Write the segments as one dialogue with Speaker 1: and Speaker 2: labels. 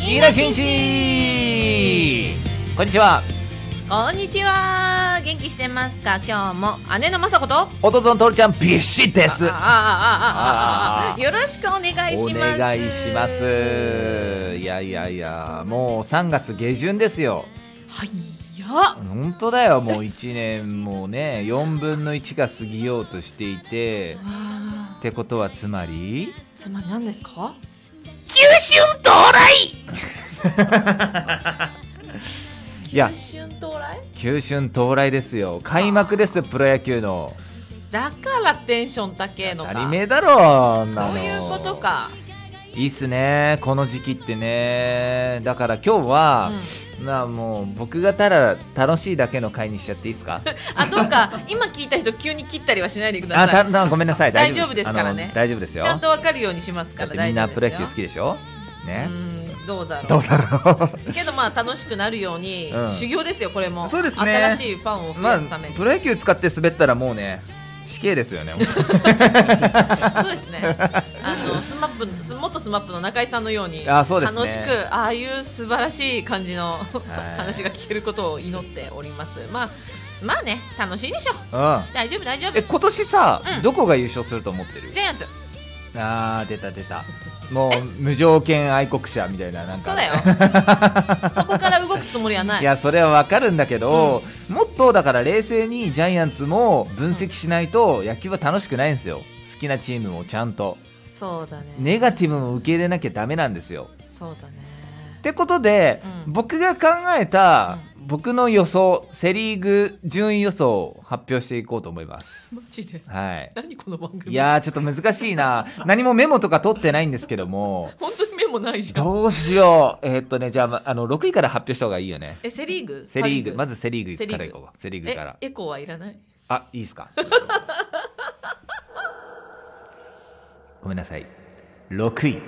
Speaker 1: 飯田健一こんにちは
Speaker 2: こんにちは元気してますか今日も姉の雅子と
Speaker 1: 弟のトルちゃんビシッです
Speaker 2: ああああああ
Speaker 1: あー
Speaker 2: よろしくお願い
Speaker 1: お
Speaker 2: します
Speaker 1: 願いしますいやいやいやもう3月下旬ですよ
Speaker 2: はいや
Speaker 1: 本当だよもう1年も うね4分の1が過ぎようとしていて
Speaker 2: あ
Speaker 1: ってことはつまり
Speaker 2: ーつまり何ですか
Speaker 1: 九春到来 いや
Speaker 2: 春到来
Speaker 1: 九春到来ですよ開幕ですよプロ野球の
Speaker 2: だからテンション高えの
Speaker 1: 当
Speaker 2: か
Speaker 1: たり前だろん
Speaker 2: そ
Speaker 1: なの
Speaker 2: ういうことか、
Speaker 1: いいっすねこの時期ってねだから今日は、まあもう僕がただ楽しいだけの回にしちゃっていいですか
Speaker 2: あどうか今聞いた人急に切ったりはしないでくだ
Speaker 1: あ
Speaker 2: さ
Speaker 1: た
Speaker 2: い
Speaker 1: なごめんなさい
Speaker 2: 大丈夫ですからね
Speaker 1: あの大丈夫ですよ
Speaker 2: ちゃんとわかるようにします
Speaker 1: だ
Speaker 2: か
Speaker 1: っ
Speaker 2: ら
Speaker 1: てみ
Speaker 2: 大
Speaker 1: ん
Speaker 2: 丈
Speaker 1: な
Speaker 2: 夫
Speaker 1: プ
Speaker 2: です
Speaker 1: ロ
Speaker 2: よ
Speaker 1: 野球好きでしょね
Speaker 2: うんどうだろう
Speaker 1: どうだろ
Speaker 2: けどまあ楽しくなるように、
Speaker 1: うん
Speaker 2: 修行ですよこれも
Speaker 1: そうですね
Speaker 2: 新しいファンを
Speaker 1: う
Speaker 2: 増
Speaker 1: ま
Speaker 2: や
Speaker 1: あ
Speaker 2: すために、
Speaker 1: プロ野球使って滑ったらもうね死刑です よね
Speaker 2: そうですね あのスマップス元スマップの中井さんのように
Speaker 1: あそうですね
Speaker 2: 楽しくああいう素晴らしい感じの
Speaker 1: い
Speaker 2: 話が聞けることを祈っておりますまあまあね楽しいでしょ
Speaker 1: うん
Speaker 2: 大丈夫大丈夫
Speaker 1: え今年さ、
Speaker 2: うん
Speaker 1: どこが優勝すると思ってる
Speaker 2: ジャイアンツ
Speaker 1: あー出た出たもう無条件愛国者みたいななんか
Speaker 2: そう だよそこから動くつもりはない
Speaker 1: いやそれはわかるんだけど、もっとだから冷静にジャイアンツも分析しないと野球は楽しくないんですよ好きなチームもちゃんと
Speaker 2: そうだね
Speaker 1: ネガティブも受け入れなきゃダメなんですよ
Speaker 2: そうだね
Speaker 1: ってことで、
Speaker 2: うん
Speaker 1: 僕が考えた、僕の予想セ・リーグ順位予想を発表していこうと思います
Speaker 2: マジで
Speaker 1: はい
Speaker 2: 何この番組
Speaker 1: いやーちょっと難しいな何もメモとか取ってないんですけども
Speaker 2: 本当にメモないじゃん
Speaker 1: どうしようえーっとねじゃあまあの6位から発表した方がいいよね
Speaker 2: えセ・リーグ
Speaker 1: セ・リーグ
Speaker 2: パ
Speaker 1: まずセ・リーグから
Speaker 2: セリ
Speaker 1: い
Speaker 2: ーグ
Speaker 1: こうセ・リーグ
Speaker 2: え
Speaker 1: から
Speaker 2: エコーはいらない
Speaker 1: あ、いいですか。ごめんなさい。6位。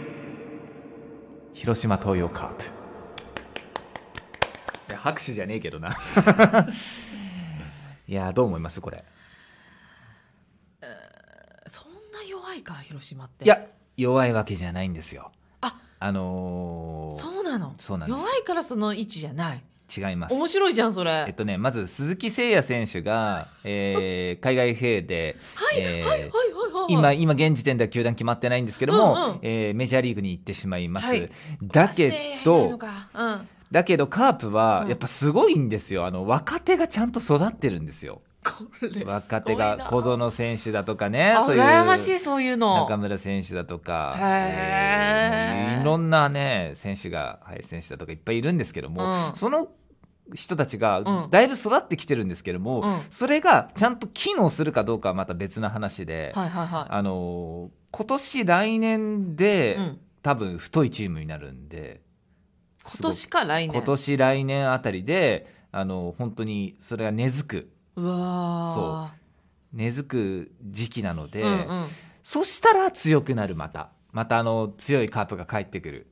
Speaker 1: 広島東洋カープ。いや、拍手じゃねえけどな。 いや、どう思いますこれ。
Speaker 2: そんな弱いか広島って
Speaker 1: いや、弱いわけじゃないんですよ。
Speaker 2: あ、
Speaker 1: あのー
Speaker 2: そうなの
Speaker 1: そうなんです
Speaker 2: 弱いからその位置じゃない
Speaker 1: 違います。
Speaker 2: 面白いじゃんそ
Speaker 1: えっ
Speaker 2: れ
Speaker 1: とね、まず鈴木誠也選手 が、えー海外兵で、えー
Speaker 2: はいはいはい
Speaker 1: 今、今現時点では球団決まってないんですけども、
Speaker 2: うんうん
Speaker 1: えーメジャーリーグに行ってしまいます。
Speaker 2: はい
Speaker 1: だけど、
Speaker 2: うん、
Speaker 1: だけどカープは
Speaker 2: うん
Speaker 1: やっぱすごいんですよ。あの、若手がちゃんと育ってるんですよ。
Speaker 2: これすごいな
Speaker 1: 若手が小園選手だとかね、
Speaker 2: あ
Speaker 1: そういう。
Speaker 2: 羨ましいそういうの
Speaker 1: 中村選手だとか、
Speaker 2: へー
Speaker 1: えーいろんなね、選手が、林選手だとかいっぱいいるんですけども、
Speaker 2: うん
Speaker 1: その人たちが
Speaker 2: うん
Speaker 1: だいぶ育ってきてるんですけども、
Speaker 2: うん
Speaker 1: それがちゃんと機能するかどうかはまた別な話で、
Speaker 2: はいはいは
Speaker 1: あのー今年来年で、
Speaker 2: い、うん、
Speaker 1: 多分太いチームになるんで
Speaker 2: 今年か来年
Speaker 1: 今年来年あたりであのー本当にそれが根付く
Speaker 2: うわ
Speaker 1: 根付く時期なの
Speaker 2: ー
Speaker 1: で、
Speaker 2: うんうん、
Speaker 1: そしたら強くなるまたまたあの強いカープが帰ってくる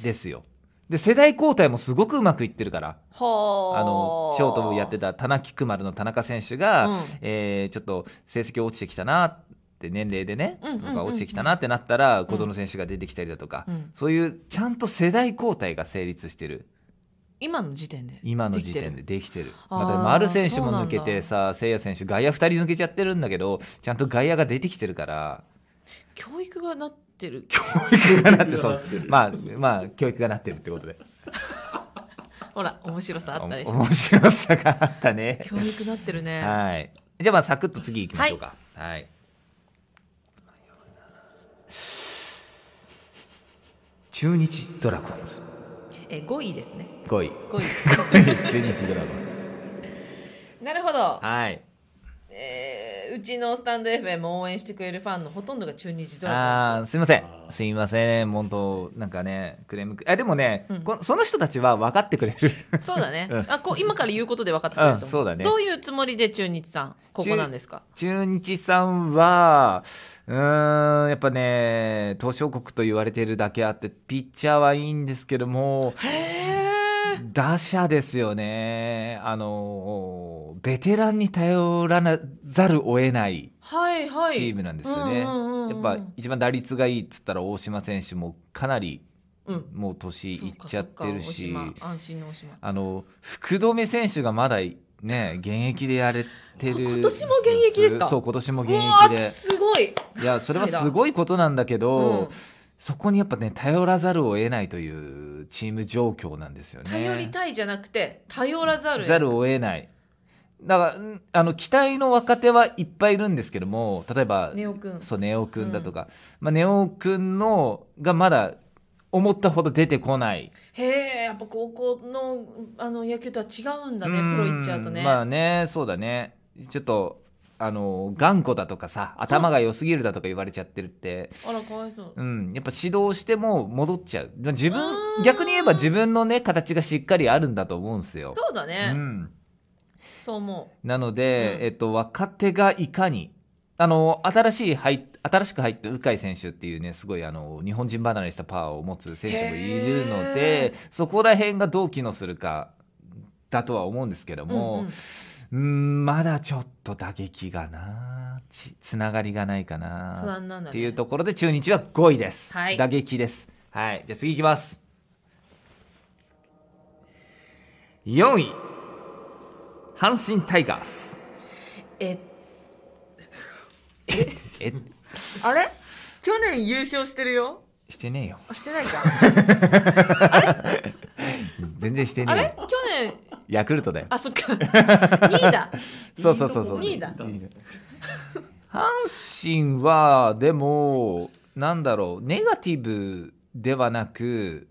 Speaker 1: ですよで世代交代もすごくうまくいってるから
Speaker 2: ほー
Speaker 1: あのショートもやってた田中菊丸の田中選手が、
Speaker 2: うん
Speaker 1: えーちょっと成績落ちてきたなって年齢でね、
Speaker 2: うんうんうんうん
Speaker 1: とか落ちてきたなってなったら小園選手が出てきたりだとか、
Speaker 2: うん
Speaker 1: そういうちゃんと世代交代が成立してる
Speaker 2: 今の時点で
Speaker 1: 今の時点で
Speaker 2: きてる
Speaker 1: できてる
Speaker 2: あー
Speaker 1: また丸選手
Speaker 2: そう
Speaker 1: も
Speaker 2: なんだ
Speaker 1: 抜けてさ誠也選手外野2人抜けちゃってるんだけどちゃんと外野が出てきて るから
Speaker 2: 教育がなってる
Speaker 1: なってそうまあまあ教育がなってるってことで
Speaker 2: ほら面白さあったでし
Speaker 1: お
Speaker 2: ょ
Speaker 1: 面白さがあったね
Speaker 2: 教育なってるね
Speaker 1: はい。じゃあまあサクッと次行きましょうか。はい。中日ドラゴンズ。
Speaker 2: え5位ですね
Speaker 1: 5位。
Speaker 2: 5
Speaker 1: 中日ドラゴ ンズ。
Speaker 2: 位なるほど
Speaker 1: はい。
Speaker 2: えーうちのスタンド FM を応援してくれるファンのほとんどが中日ドラ
Speaker 1: あーすいません。すいません。本当なんかね、クレームく、あ、でもね、
Speaker 2: うん
Speaker 1: このその人たちは分かってくれる。
Speaker 2: ゴンズそうだね、
Speaker 1: うん
Speaker 2: あこう今から言うことで分かってくれると思う,、
Speaker 1: うんそうだね
Speaker 2: どういうつもりで中日さんここなんですか
Speaker 1: 中日さんは、うーん、やっぱね、東証国と言われてるだけあって、ピッチャーはいいんですけども、
Speaker 2: へえ
Speaker 1: 打者ですよね。あの、ベテランに頼らなざるを得ない
Speaker 2: はいはい
Speaker 1: チームなんですよね。
Speaker 2: うんうんうんう
Speaker 1: やっ
Speaker 2: ん
Speaker 1: ぱ一番打率がいいっつったら大島選手もかなり
Speaker 2: うん
Speaker 1: もう年いっちゃってるし、
Speaker 2: そうかそうか大島安心の大島
Speaker 1: あの、福留選手がまだね、現役でやれてる。
Speaker 2: こ今年も現役ですか
Speaker 1: そう、今年も現
Speaker 2: わ
Speaker 1: 役
Speaker 2: あ
Speaker 1: です
Speaker 2: ごい、。
Speaker 1: いや、それはすごいことなんだけど、
Speaker 2: うん
Speaker 1: そこにやっぱね、頼らざるを得ないというチーム状況なんですよね。
Speaker 2: 頼りたいじゃなくて頼らざる
Speaker 1: ざるを得ない。だからうん、あの、期待の若手はいっぱいいるんですけども、例えば、
Speaker 2: ネオくん
Speaker 1: そう、ネオくんだとか、まあ、ネオくんの、がまだ、思ったほど出てこない。
Speaker 2: へえやっぱ高校のあの野球とは違うんだね
Speaker 1: うん
Speaker 2: プロ行っちゃうとね、
Speaker 1: まあね、そうだね。ちょっと、あの、頑固だとかさ、頭が良すぎるだとか言われちゃってるって、
Speaker 2: あらかわいそう
Speaker 1: うん、やっぱ指導しても戻っちゃう。まあ自
Speaker 2: う
Speaker 1: 分、
Speaker 2: ん
Speaker 1: 逆に言えば自分のね、形がしっかりあるんだと思うんですよ。
Speaker 2: そうだね、
Speaker 1: うん。
Speaker 2: そう思
Speaker 1: なので、
Speaker 2: うん
Speaker 1: えっと、若手がいかに、あの、新しい入っ、新しく入った鵜飼選手っていうね、すごいあの、日本人離れしたパワーを持つ選手もいるの
Speaker 2: へ
Speaker 1: で、そこら辺がどう機能するか、だとは思うんですけど
Speaker 2: うん
Speaker 1: も、
Speaker 2: うん
Speaker 1: うーん、まだちょっと打撃がな、ちつながりがないか
Speaker 2: 不
Speaker 1: な、
Speaker 2: 安なんだ、ね、
Speaker 1: っていうところで中日は5位です。
Speaker 2: はい
Speaker 1: 打撃です。はい。じゃあ次いきます。4位、阪神タイガース。
Speaker 2: え
Speaker 1: え、
Speaker 2: あれ去年優勝してるよ
Speaker 1: してねえよ。
Speaker 2: あしてないか
Speaker 1: 全然して
Speaker 2: あ
Speaker 1: ね
Speaker 2: れ去年
Speaker 1: えよ。ヤクルトだよ。
Speaker 2: あそっか 2位だ
Speaker 1: そうそうそうそう。
Speaker 2: 2位だ
Speaker 1: 阪神は、でも、なんだろう、ネガティブではなく、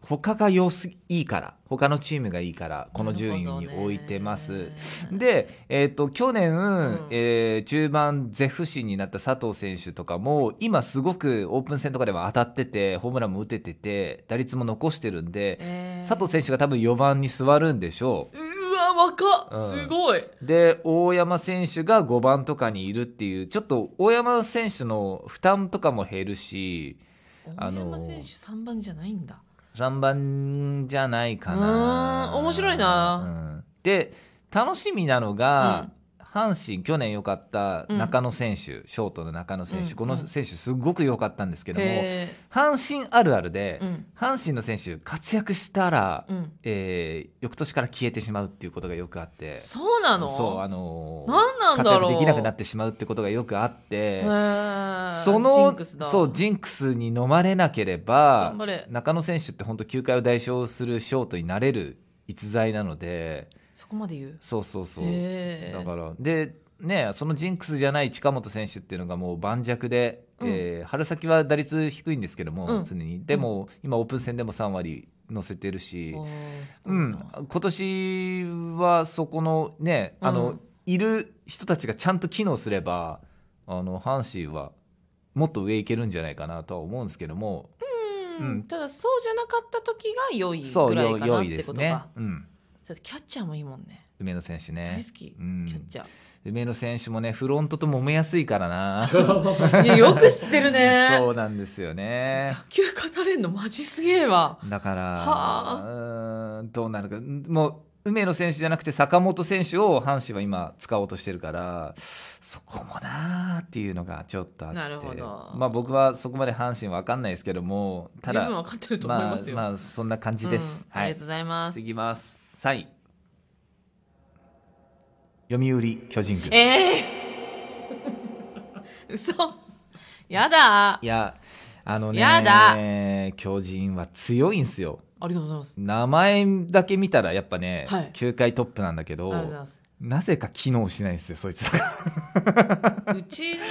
Speaker 1: 他が良すぎ、いいから、他のチームがいいから、この順位に置いてます。
Speaker 2: なるほどね
Speaker 1: で、えっ、と、去年、
Speaker 2: ん
Speaker 1: えー中盤、ゼフ神になった佐藤選手とかも、今すごくオープン戦とかでは当たってて、ホームランも打ててて、打率も残してるんで、
Speaker 2: えー
Speaker 1: 佐藤選手が多分4番に座るんでしょう。
Speaker 2: うわ若っすごい、
Speaker 1: で、大山選手が5番とかにいるっていう、ちょっと大山選手の負担とかも減るし、
Speaker 2: 大
Speaker 1: あの
Speaker 2: 山選手3番じゃないんだ
Speaker 1: 3番じゃないか
Speaker 2: う
Speaker 1: な。
Speaker 2: ーん面白いな、
Speaker 1: うんで、楽しみなのが、
Speaker 2: うん
Speaker 1: 阪神、去年良かった中野選手、ショートの中野選手、
Speaker 2: うん
Speaker 1: この選手すごく良かったんですけども、
Speaker 2: へ
Speaker 1: 阪神あるあるで
Speaker 2: え、うん
Speaker 1: 阪神の選手活躍したら、
Speaker 2: うん
Speaker 1: えー翌年から消えてしまうっていうことがよくあって、
Speaker 2: そうなの
Speaker 1: そう、あのー
Speaker 2: 何なん
Speaker 1: 活
Speaker 2: だ
Speaker 1: 躍
Speaker 2: ろう
Speaker 1: できなくなってしまうってことがよくあって、
Speaker 2: へえ
Speaker 1: その
Speaker 2: ジンクスだ
Speaker 1: そうジンクスに飲まれなければ
Speaker 2: 頑張れ
Speaker 1: 中野選手って本当球界を代表するショートになれる逸材なので
Speaker 2: そこまで言う
Speaker 1: そうそうそう
Speaker 2: へえ
Speaker 1: だからでねそのジンクスじゃない近本選手っていうのがもう盤石で、
Speaker 2: うん
Speaker 1: えー春先は打率低いんですけども、
Speaker 2: うん
Speaker 1: 常にでも、今オープン戦でも3割乗せてるし、
Speaker 2: おーすご
Speaker 1: う、
Speaker 2: いなん
Speaker 1: 今年はそこのね、あの、
Speaker 2: うん
Speaker 1: いる人たちがちゃんと機能すれば、あの、阪神はもっと上行けるんじゃないかなとは思うんですけども、
Speaker 2: うん
Speaker 1: うん
Speaker 2: ただそうじゃなかった時が良い
Speaker 1: そう、
Speaker 2: ぐらいか
Speaker 1: よ
Speaker 2: な
Speaker 1: 良
Speaker 2: っ
Speaker 1: いで
Speaker 2: て
Speaker 1: す
Speaker 2: こと
Speaker 1: ね
Speaker 2: か。
Speaker 1: うん。
Speaker 2: だってキャッチャーもいいもんね
Speaker 1: 梅野選手ね
Speaker 2: 大好。き、
Speaker 1: うん
Speaker 2: キャッチャ
Speaker 1: 梅野選手もね、フロントと揉めやすいからな。
Speaker 2: ー、ね、よく知ってるね
Speaker 1: そうなんですよね。
Speaker 2: 野球語れんのマジすげえわ
Speaker 1: だから、
Speaker 2: は
Speaker 1: うーんどうなるか。もう、梅野選手じゃなくて坂本選手を阪神は今使おうとしてるから、そこもなーっていうのがちょっとあって。
Speaker 2: なるほど
Speaker 1: まあ僕はそこまで阪神わかんないですけども、た
Speaker 2: 十
Speaker 1: だ、
Speaker 2: 分わかってると思い
Speaker 1: ま
Speaker 2: ま
Speaker 1: あ
Speaker 2: す、よ、
Speaker 1: まあそんな感じです。
Speaker 2: うん
Speaker 1: は
Speaker 2: あり
Speaker 1: い
Speaker 2: がと。うございます
Speaker 1: 次いきます。3位。読売巨人軍。
Speaker 2: ええー、 嘘やだ
Speaker 1: いや、あのね、
Speaker 2: やだ
Speaker 1: 巨人は強いんすよ。
Speaker 2: ありがとうございます
Speaker 1: 名前だけ見たらやっぱね、
Speaker 2: はい
Speaker 1: 球界トップなんだけ
Speaker 2: あり
Speaker 1: ど、
Speaker 2: がとうございます
Speaker 1: なぜか機能しないんですよ、そいつら。
Speaker 2: うちの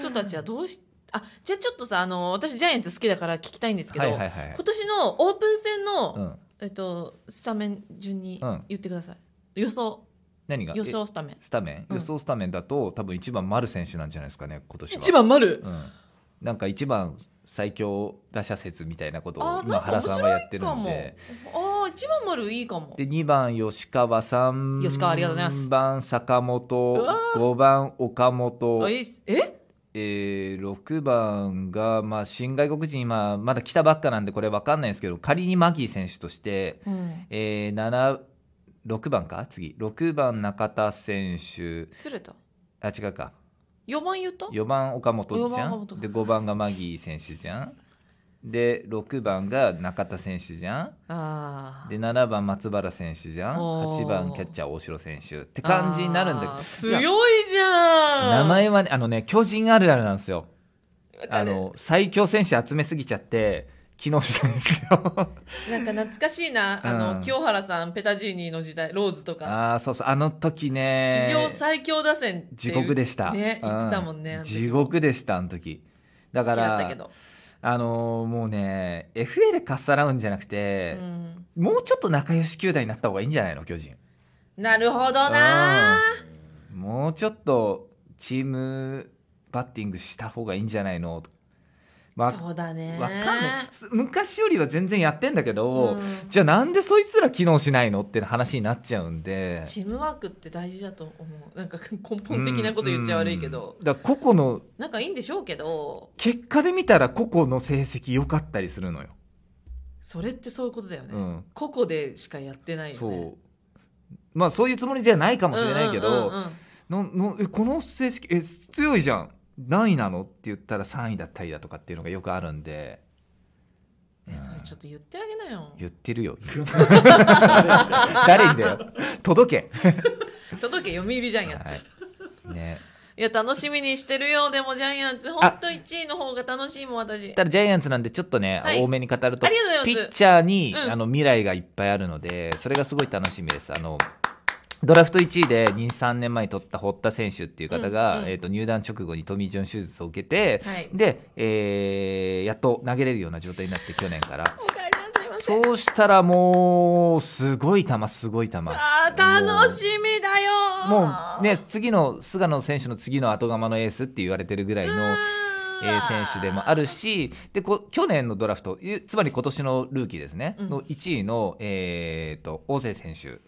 Speaker 2: 人たちはどうしあじゃあちょっとさあの私ジャイアンツ好きだから聞きたいんですけど、
Speaker 1: はいはいはい
Speaker 2: 今年のオープン戦の、
Speaker 1: うん。
Speaker 2: えっと、スタメン順に
Speaker 1: うん
Speaker 2: 言ってください、予想
Speaker 1: 何が
Speaker 2: 予想スタメン
Speaker 1: えスタメン、
Speaker 2: うん
Speaker 1: 予想スタメンだと、多分1番丸選手なんじゃないですかね、今年は。
Speaker 2: 一番丸、
Speaker 1: うん。なんか1番最強打者説みたいなこと
Speaker 2: あ
Speaker 1: を
Speaker 2: ー
Speaker 1: 今
Speaker 2: なんか
Speaker 1: 原
Speaker 2: 面
Speaker 1: さんは
Speaker 2: 白
Speaker 1: やって
Speaker 2: い
Speaker 1: る
Speaker 2: か
Speaker 1: の
Speaker 2: も
Speaker 1: で。
Speaker 2: ああ一番丸いいかも
Speaker 1: で、2番吉川さん。
Speaker 2: 吉川ありがとうございます
Speaker 1: 3番坂本
Speaker 2: うわ。
Speaker 1: 5番岡
Speaker 2: あ
Speaker 1: 本。
Speaker 2: いいっすえ
Speaker 1: えー、6番が、まあ、新外国人今まだ来たばっかなんでこれ分かんないんですけど仮にマギー選手として、
Speaker 2: うん。
Speaker 1: えー、7 6番か次6番中田選手
Speaker 2: ずれた。
Speaker 1: あ違うか
Speaker 2: 4番言った
Speaker 1: 4番岡本じゃ
Speaker 2: 四番岡
Speaker 1: ん
Speaker 2: 本
Speaker 1: で5番がマギー選手じゃんで6番が中田選手じゃん
Speaker 2: ああ。
Speaker 1: で7番松原選手じゃん
Speaker 2: おー
Speaker 1: 8番キャッチャー大城選手って感じになるんだ
Speaker 2: あー
Speaker 1: けどいや
Speaker 2: 強いじゃん
Speaker 1: 名前はねあのね巨人あるあるなんですよ
Speaker 2: わか
Speaker 1: あ
Speaker 2: る
Speaker 1: の最強選手集めすぎちゃって機能したんですよ
Speaker 2: なんか懐かしいな。あの、
Speaker 1: うん
Speaker 2: 清原さん、ペタジーニの時代、ローズとか。
Speaker 1: ああそうそうあの時ね
Speaker 2: 史上最強打線っていう
Speaker 1: 地獄でした、
Speaker 2: ね、
Speaker 1: うん
Speaker 2: 言ってたもんね。あの時
Speaker 1: 地獄でしたあの時だか
Speaker 2: 好きだったけ
Speaker 1: ら
Speaker 2: ど。
Speaker 1: あのーもうね FA でかっさらうんじゃなく
Speaker 2: う
Speaker 1: て、
Speaker 2: ん。
Speaker 1: もうちょっと仲良し球団になった方がいいんじゃないの巨人
Speaker 2: なるほどな
Speaker 1: もうちょっとチームバッティングした方がいいんじゃないのわ
Speaker 2: そうだね。
Speaker 1: わかんないす昔よりは全然やってんだけ
Speaker 2: う
Speaker 1: ど、
Speaker 2: ん
Speaker 1: じゃあなんでそいつら機能しないのって話になっちゃうんで
Speaker 2: チームワークって大事だと思う。なんか根本的なこと言っちゃ悪いけど。
Speaker 1: うんだから個々の
Speaker 2: なんかいいんでしょうけど、
Speaker 1: 結果で見たら個々の成績良かったりするのよ、
Speaker 2: それってそういうことだよね。
Speaker 1: うん
Speaker 2: 個々でしかやってないよね。
Speaker 1: そうまあそういうつもりじゃないか
Speaker 2: か
Speaker 1: もしれないけど、ののえこの成績え強いじゃん何位なのって言ったら3位だったりだとかっていうのがよくあるんで
Speaker 2: え、それちょっと言ってあげなよ。
Speaker 1: 言って るよ誰にだよ届け、
Speaker 2: 届け、読売ジャイアンツ。
Speaker 1: はいね、
Speaker 2: いや、楽しみにしてるよ。でも、ジャイアンツ、ほんと1位の方が楽しいもん、私。
Speaker 1: ただジャイアンツなんでちょっとね、
Speaker 2: はい
Speaker 1: 多めに語ると
Speaker 2: ありがとうござ
Speaker 1: ピ
Speaker 2: います
Speaker 1: ッチャーに、
Speaker 2: うん
Speaker 1: あの未来がいっぱいあるのでそれがすごい楽しみですあのドラフト1位で23年前に取った堀田選手っていう方が、
Speaker 2: うんうん
Speaker 1: えー、と入団直後にトミー・ジョン手術を受けて、
Speaker 2: はい
Speaker 1: で、えーやっと投げれるような状態になって去年から
Speaker 2: お帰りなさいませ。
Speaker 1: そうしたらもうすごい球すごい球
Speaker 2: あー楽しみだよー
Speaker 1: もうね、次の菅野選手の次の後釜のエースって言われてるぐらいの
Speaker 2: うーわ
Speaker 1: えー選手でもあるしでこ去年のドラフトゆつまり今年のルーキーですね、
Speaker 2: うん
Speaker 1: の1位の、えー、と大勢選手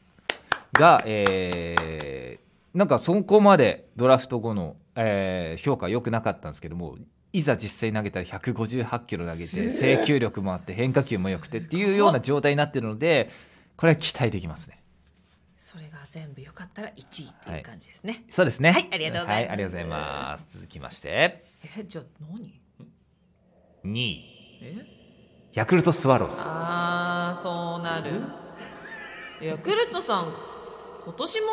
Speaker 1: が、えーなんかそこまでドラフト後の、えー評価良くなかったんですけどもいざ実際に投げたら158キロ投げて制球力もあって変化球も良くてっていうような状態になってるのでこれは期待できますね。
Speaker 2: それが全部よかったら1位っていう感じですね、
Speaker 1: そうですね。
Speaker 2: はいありがとうございます
Speaker 1: はありがとうございます続きまして、
Speaker 2: えじゃあ何
Speaker 1: 2位、
Speaker 2: え
Speaker 1: ヤクルトスワローズ。
Speaker 2: あーそうなるヤクルトさん今年も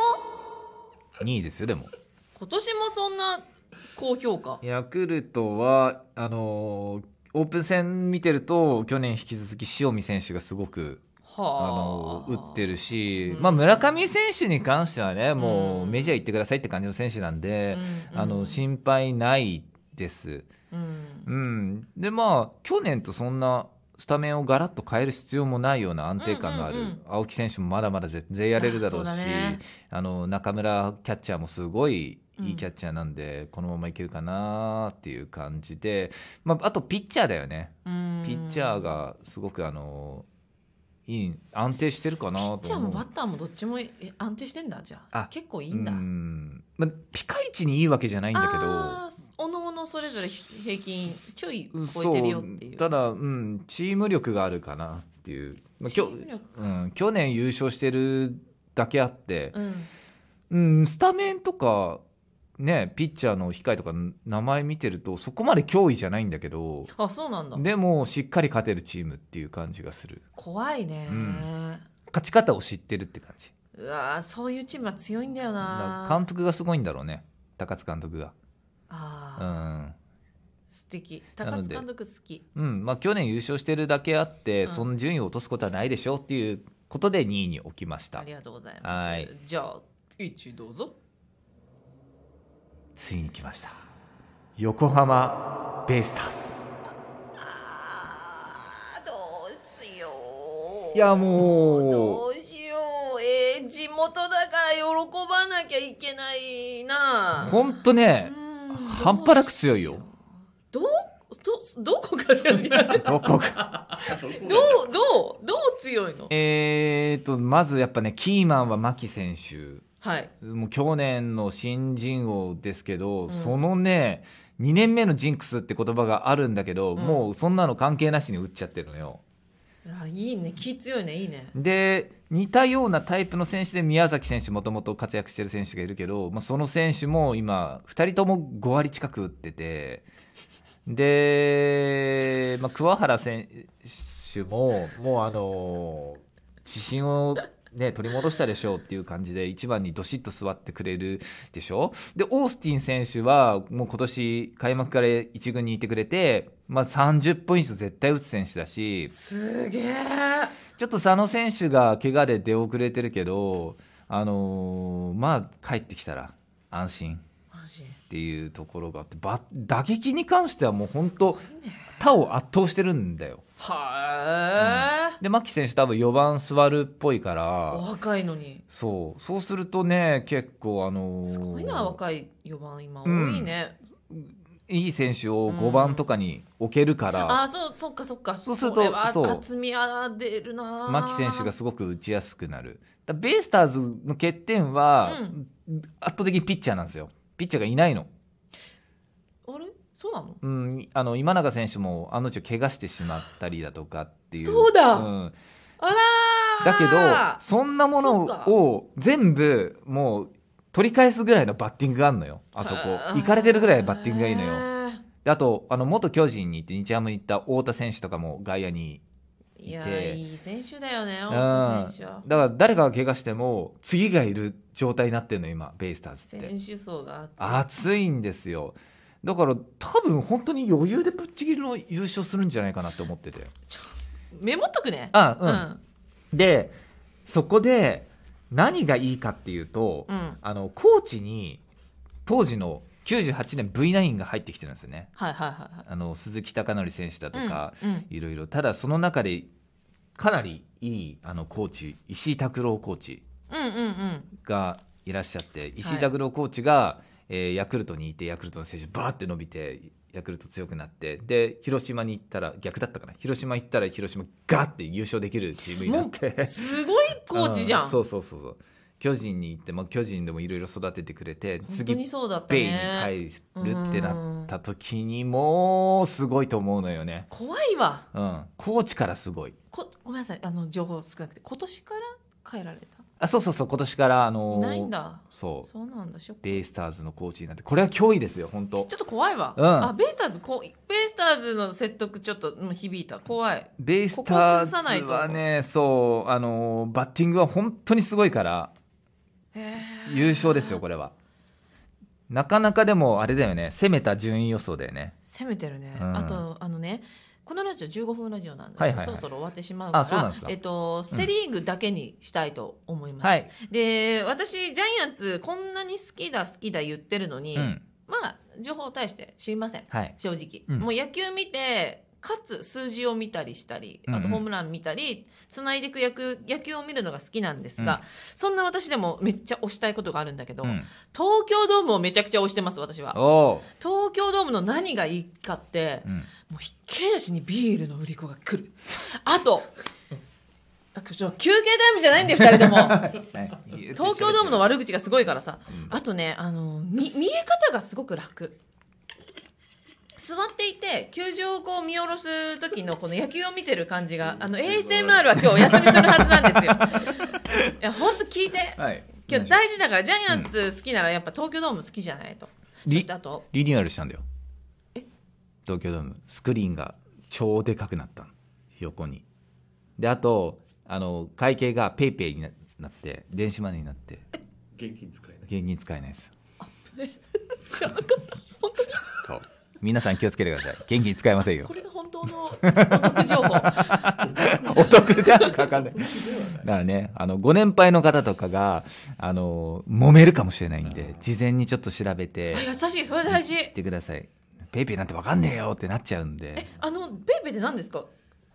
Speaker 1: 2位ですよ、でも。
Speaker 2: 今年もそんな高評価
Speaker 1: ヤクルトは、あのーオープン戦見てると、去年引き続き塩見選手がすごく、あ
Speaker 2: は
Speaker 1: の
Speaker 2: あ
Speaker 1: ー打ってるし、
Speaker 2: うん
Speaker 1: まあ村上選手に関してはね、もううんメジャー行ってくださいって感じの選手なんで、
Speaker 2: うん
Speaker 1: あの、心配ないです。
Speaker 2: うん
Speaker 1: うん。で、まあ、去年とそんな、スタメンをガラッと変える必要もないような安定感がある、
Speaker 2: うんうんうん
Speaker 1: 青木選手もまだまだ全然やれるだろうし
Speaker 2: あそうだね
Speaker 1: あの中村キャッチャーもすごい
Speaker 2: うん
Speaker 1: いいキャッチャーなんで、このままいけるかなっていう感じで、まあ、あとピッチャーだよね、
Speaker 2: うん
Speaker 1: ピッチャーがすごくあのいい安定してるかな
Speaker 2: ピ
Speaker 1: と思
Speaker 2: ッ
Speaker 1: う
Speaker 2: チャーもバッターもどっちもえ安定してんだじゃあ
Speaker 1: あ
Speaker 2: 結構いいんだ、
Speaker 1: うんまあ、ピカイチにいいわけじゃないんだけど
Speaker 2: あーおのおのそれぞれ平均ちょい超えてるよっていう
Speaker 1: そうただ、うん、チーム力があるかなっていう、まあ、
Speaker 2: チ
Speaker 1: きょ
Speaker 2: ーム力
Speaker 1: うん、去年優勝してるだけあって、
Speaker 2: うん
Speaker 1: うん、スタメンとか、ね、ピッチャーの控えとか名前見てるとそこまで脅威じゃないんだけど
Speaker 2: あそうなんだ
Speaker 1: でもしっかり勝てるチームっていう感じがする
Speaker 2: 怖いね、
Speaker 1: う
Speaker 2: うん
Speaker 1: 勝ち方を知ってるって感じ
Speaker 2: わーそういうチームは強いんだよ
Speaker 1: だ
Speaker 2: な
Speaker 1: から監督がすごいんだろうね高津監督が。う
Speaker 2: あー、
Speaker 1: ん
Speaker 2: 素敵
Speaker 1: な
Speaker 2: 高
Speaker 1: の
Speaker 2: 津
Speaker 1: で
Speaker 2: 監督好き
Speaker 1: うんまあ、去年優勝してるだけあっ
Speaker 2: う
Speaker 1: て、
Speaker 2: ん
Speaker 1: その順位を落とすことはないでしょうっていうことで2位に置きました
Speaker 2: ありがとうございます
Speaker 1: はい
Speaker 2: じゃあ一どうぞ
Speaker 1: ついに来ました横浜ベイスターズ
Speaker 2: あどうしよう
Speaker 1: いやも
Speaker 2: どうしようえー、地元だから喜ばなきゃいけないな
Speaker 1: うほんとね
Speaker 2: うん
Speaker 1: 半端なく強いよ
Speaker 2: どうどどこかじゃない
Speaker 1: どこか
Speaker 2: どうどうどう強いの
Speaker 1: えーとまずやっぱねキーマンは牧選手
Speaker 2: はい
Speaker 1: もう去年の新人王ですけど、
Speaker 2: ん
Speaker 1: そのね2年目のジンクスって言葉があるんだけど、
Speaker 2: ん
Speaker 1: もうそんなの関係なしに打っちゃってるのよ。
Speaker 2: あいいね気強いねいいね
Speaker 1: で似たようなタイプの選手で宮崎選手もともと活躍してる選手がいるけど、まあ、その選手も今2人とも5割近く打っててで、まあ、桑原選手ももうあの自信を、ね、取り戻したでしょうっていう感じで1番にどしっと座ってくれるでしょでオースティン選手はもう今年開幕から1軍にいてくれて、まあ、30分以上絶対打つ選手だし。
Speaker 2: すげえ
Speaker 1: ちょっと佐野選手が怪我で出遅れてるけど、あのーまあ、帰ってきたら安心
Speaker 2: マジ
Speaker 1: っていうところがあって、ば打撃に関してはもう本当、
Speaker 2: いいね
Speaker 1: 他を圧倒してるんだよ。
Speaker 2: はえ、
Speaker 1: で、牧選手、多分4番座るっぽいから
Speaker 2: お、若いのに
Speaker 1: そう、そうするとね、結構、あのー
Speaker 2: すごいな若い4番今多
Speaker 1: うん
Speaker 2: いね、
Speaker 1: いい選手を5番とかに置けるから。
Speaker 2: ああそうそっかそっか
Speaker 1: そうすると
Speaker 2: これは
Speaker 1: そう
Speaker 2: 厚みあ出るな
Speaker 1: 牧選手がすごく打ちやすくなる。だベイスターズの欠点は、圧倒的にピッチャーなんですよ。ピッチャーがいないの。
Speaker 2: あれそうなの
Speaker 1: うん、あの今永選手もあのち怪我してしまったりだとかっていう
Speaker 2: そうだ
Speaker 1: ん、
Speaker 2: あらー
Speaker 1: だけどそんなもの
Speaker 2: そっか
Speaker 1: を全部もう取り返すぐらいのバッティングがあるのよあそこ行かれてるぐらいバッティングがいいのよ
Speaker 2: よ
Speaker 1: であとあの元巨人に行って日ハムに行った太田選手とかも外野に
Speaker 2: いや
Speaker 1: いて
Speaker 2: ーいい選手だよね大
Speaker 1: うん
Speaker 2: 田選手は
Speaker 1: だから誰かが怪我しても次がいる状態になってるの今ベイスターズって
Speaker 2: 選手層が厚い
Speaker 1: 熱いんですよだから多分本当に余裕でぶっちぎりの優勝するんじゃないかなって思ってて
Speaker 2: メモっとくね
Speaker 1: あ
Speaker 2: う
Speaker 1: うん
Speaker 2: ん
Speaker 1: でそこで何がいいかっていうと、
Speaker 2: うん
Speaker 1: あのコーチに当時の98年 V9 が入ってきてるんですよね
Speaker 2: はいはいはいはい
Speaker 1: あの鈴木貴則選手だとか、
Speaker 2: うんうん
Speaker 1: いろいろただその中でかなりいいあのコーチ石井拓郎コーチ
Speaker 2: うんうんうん
Speaker 1: がいらっしゃって石井拓郎コーチが、えーヤクルトにいてヤクルトの選手バーって伸びてヤクルト強くなってで広島に行ったら逆だったかな広島行ったら広島ガーって優勝できるチームになって
Speaker 2: すごいコーチじゃ。
Speaker 1: うんそうそうそうそう巨人に行って、まあ、巨人でもいろいろ育ててくれて
Speaker 2: 本当
Speaker 1: 次
Speaker 2: にそうだった
Speaker 1: ベイに
Speaker 2: ね。
Speaker 1: 帰るってなった時にもうすごいと思うのよね、
Speaker 2: 怖いわ。
Speaker 1: うん、コーチからすごい
Speaker 2: こごめんなさい、あの情報少なくて、今年から変えられた。
Speaker 1: あそうそうそう今年からあのー
Speaker 2: いないんだ。
Speaker 1: そう
Speaker 2: そうなんだ、ショック。
Speaker 1: ベイスターズのコーチになってこれは脅威ですよ本当
Speaker 2: ちょっと怖いわ。
Speaker 1: うん
Speaker 2: あ、ベイスターズ、こう、ベイスターズの説得ちょっとうん響いた。怖い。
Speaker 1: ベイスタ
Speaker 2: ここ崩さない
Speaker 1: ーズ
Speaker 2: と
Speaker 1: はねそうあのーバッティングは本当にすごいから
Speaker 2: へー
Speaker 1: 優勝ですよこれはなかなかでもあれだよね攻めた順位予想だよね
Speaker 2: 攻めてるね。
Speaker 1: うん
Speaker 2: あと、あのね、このラジオ15分ラジオなんで、
Speaker 1: はいはいはい
Speaker 2: そろそろ終わってしまうから、
Speaker 1: あそうなんですか
Speaker 2: えっと、セ・リーグだけにしたいと思います。
Speaker 1: はい
Speaker 2: で、私、ジャイアンツ、こんなに好きだ、好きだ言ってるのに、
Speaker 1: うん
Speaker 2: まあ、情報を対して知りません。
Speaker 1: はい
Speaker 2: 正直。
Speaker 1: うん
Speaker 2: もう野球見て、かつ数字を見たりしたり、
Speaker 1: うんうん
Speaker 2: あとホームラン見たり、つないでいく野球野球を見るのが好きなんですが、そんな私でもめっちゃ推したいことがあるんだけど、
Speaker 1: うん
Speaker 2: 東京ドームをめちゃくちゃ推してます、私は。
Speaker 1: お
Speaker 2: 東京ドームの何がいいかって、
Speaker 1: う、うん、
Speaker 2: もうひっきりなしにビールの売り子が来る。あと、あちょっと休憩タイムじゃないんだよ、二人と も。東
Speaker 1: 東
Speaker 2: 京ドームの悪口がすごいからさ、
Speaker 1: うん
Speaker 2: あとねあの見見え方がすごく楽座っていて球場をこう見下ろす時のこの野球を見てる感じがあの ASMR は今日お休みするはずなんですよいや本当聞いて
Speaker 1: はい
Speaker 2: 今日大事だからジャイアンツ好きならやっぱ東京ドーム好きじゃないと、
Speaker 1: り
Speaker 2: そしてあと
Speaker 1: リニューアルしたんだよ
Speaker 2: え
Speaker 1: 東京ドームスクリーンが超でかくなったの横にであとあの会計がペイペイにななって電子マネーになって
Speaker 3: 現金使えない。
Speaker 1: 現金使えないですよ
Speaker 2: 知らなかった本当に
Speaker 1: そう皆さん気をつけてください現金使えませんよ
Speaker 2: これが本当のお得情報
Speaker 1: お得じゃなかかんないだからねあのご年配の方とかがあの揉めるかもしれないんで事前にちょっと調べて
Speaker 2: あ優しいそれ大事
Speaker 1: 言ってくださいペイペイなんてわかんねえよってなっちゃうんで
Speaker 2: あのベイベイって何ですか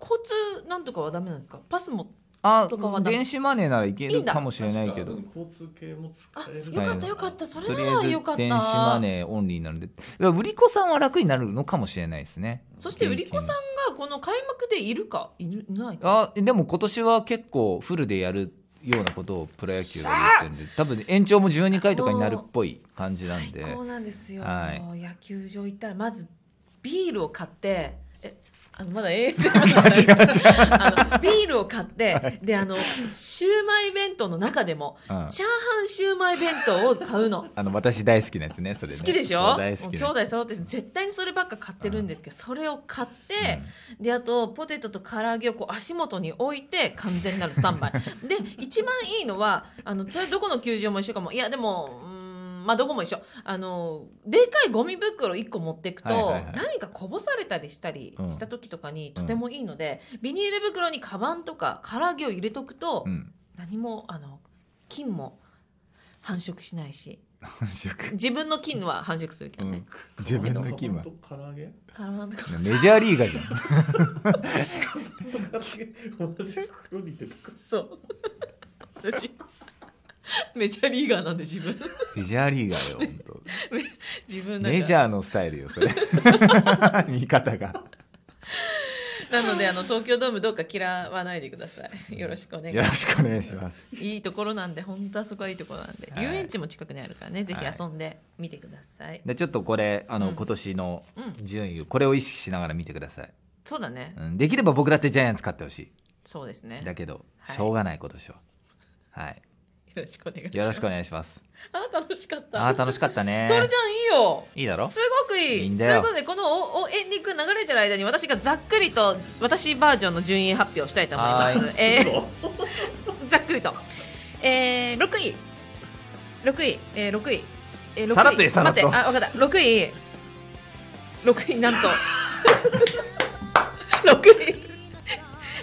Speaker 2: 交通なんとかはダメなんですかパスも
Speaker 1: あ
Speaker 2: とかはダメ
Speaker 1: 電子マネーならいけ
Speaker 2: いい
Speaker 1: る
Speaker 2: んだ
Speaker 1: かもしれないけど
Speaker 3: 確か交通系も
Speaker 2: あ
Speaker 3: 使える
Speaker 2: よかったよかったそれならよかった
Speaker 1: 電子マネーオンリーになるんでだから売り子さんは楽になるのかもしれないですね
Speaker 2: そして売り子さんがこの開幕でいるかいるいないか
Speaker 1: あでも今年は結構フルでやるようなことをプロ野球が言ってるんで多分延長も12回とかになるっぽい感じなんで
Speaker 2: 最高なんですよ、
Speaker 1: はい
Speaker 2: 野球場行ったらまずビールを買ってえあのまだ ASMR あのビールを買って、であのシューマイ弁当の中でも、
Speaker 1: うん
Speaker 2: チャーハンシューマイ弁当を買うの
Speaker 1: あの私大好きなやつねそれね
Speaker 2: 好きでし
Speaker 1: そ
Speaker 2: ょ
Speaker 1: う大
Speaker 2: も
Speaker 1: 好
Speaker 2: う
Speaker 1: き
Speaker 2: 兄
Speaker 1: なやつ
Speaker 2: 弟揃って絶対にそればっか買ってるんですけど、それを買って、であとポテトと唐揚げをこう足元に置いて完全なるスタンバイ で一番いいのはあのそれどこの球場も一緒かもいやでもうーんまあどこも一緒あのでかいゴミ袋1個持っていくと、
Speaker 1: はいはいはい
Speaker 2: 何かこぼされたりしたり
Speaker 1: うん
Speaker 2: した時とかにとてもいいので、ビニール袋にカバンとか唐揚げを入れとくと、
Speaker 1: うん
Speaker 2: 何もあの菌も繁殖しないし
Speaker 1: 繁殖
Speaker 2: 自分の菌は繁殖するけどね、
Speaker 1: 自分の気分
Speaker 3: と唐揚げ
Speaker 2: カラマンとか
Speaker 1: メジャーリーガーじゃん
Speaker 3: 唐揚げ同じ袋に出てくる
Speaker 2: そう私メジャーリーガーなんで自分
Speaker 1: メジャーリーガーよ本当
Speaker 2: 自分なんか
Speaker 1: メジャーのスタイル よそれ見方が
Speaker 2: なのであの東京ドームどうか嫌わないでくださいよろしくお願い
Speaker 1: よろしくお願いします
Speaker 2: いいところなんで本当あそこはいいところなんで、
Speaker 1: はい
Speaker 2: 遊園地も近くにあるからねぜひ
Speaker 1: はい
Speaker 2: 遊んでみてください、
Speaker 1: でちょっとこれあの、
Speaker 2: うん
Speaker 1: 今年の
Speaker 2: うん
Speaker 1: 順位をこれを意識しながら見てください、
Speaker 2: そうだね
Speaker 1: うん、できれば僕だってジャイアンツ勝ってほし
Speaker 2: そうですね
Speaker 1: いだけど、
Speaker 2: はい
Speaker 1: しょうがない今年ははい
Speaker 2: よろしくお願いします
Speaker 1: よろしくお願いします
Speaker 2: あー楽しかった
Speaker 1: あー楽しかったね
Speaker 2: トールちゃんいいよ
Speaker 1: いいだろ
Speaker 2: すごくいい
Speaker 1: いいんだよ
Speaker 2: ということでこのおおエンディング流れてる間に私がざっくりと私バージョンの順位発表したいと思います
Speaker 1: はーい
Speaker 2: えー ざっくりと、えー、6位6位、えー、6位、えー、6位
Speaker 1: さらっと言えさらっと
Speaker 2: 待ってあ分かった6位6位なん と6位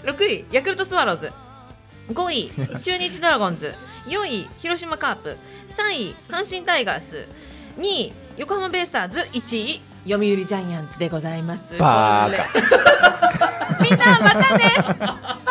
Speaker 2: 6位ヤクルトスワローズ5位中日ドラゴンズ4位広島カープ3位阪神タイガース2位横浜ベイスターズ1位読売ジャイアンツでございます
Speaker 1: バー
Speaker 2: みんなまたね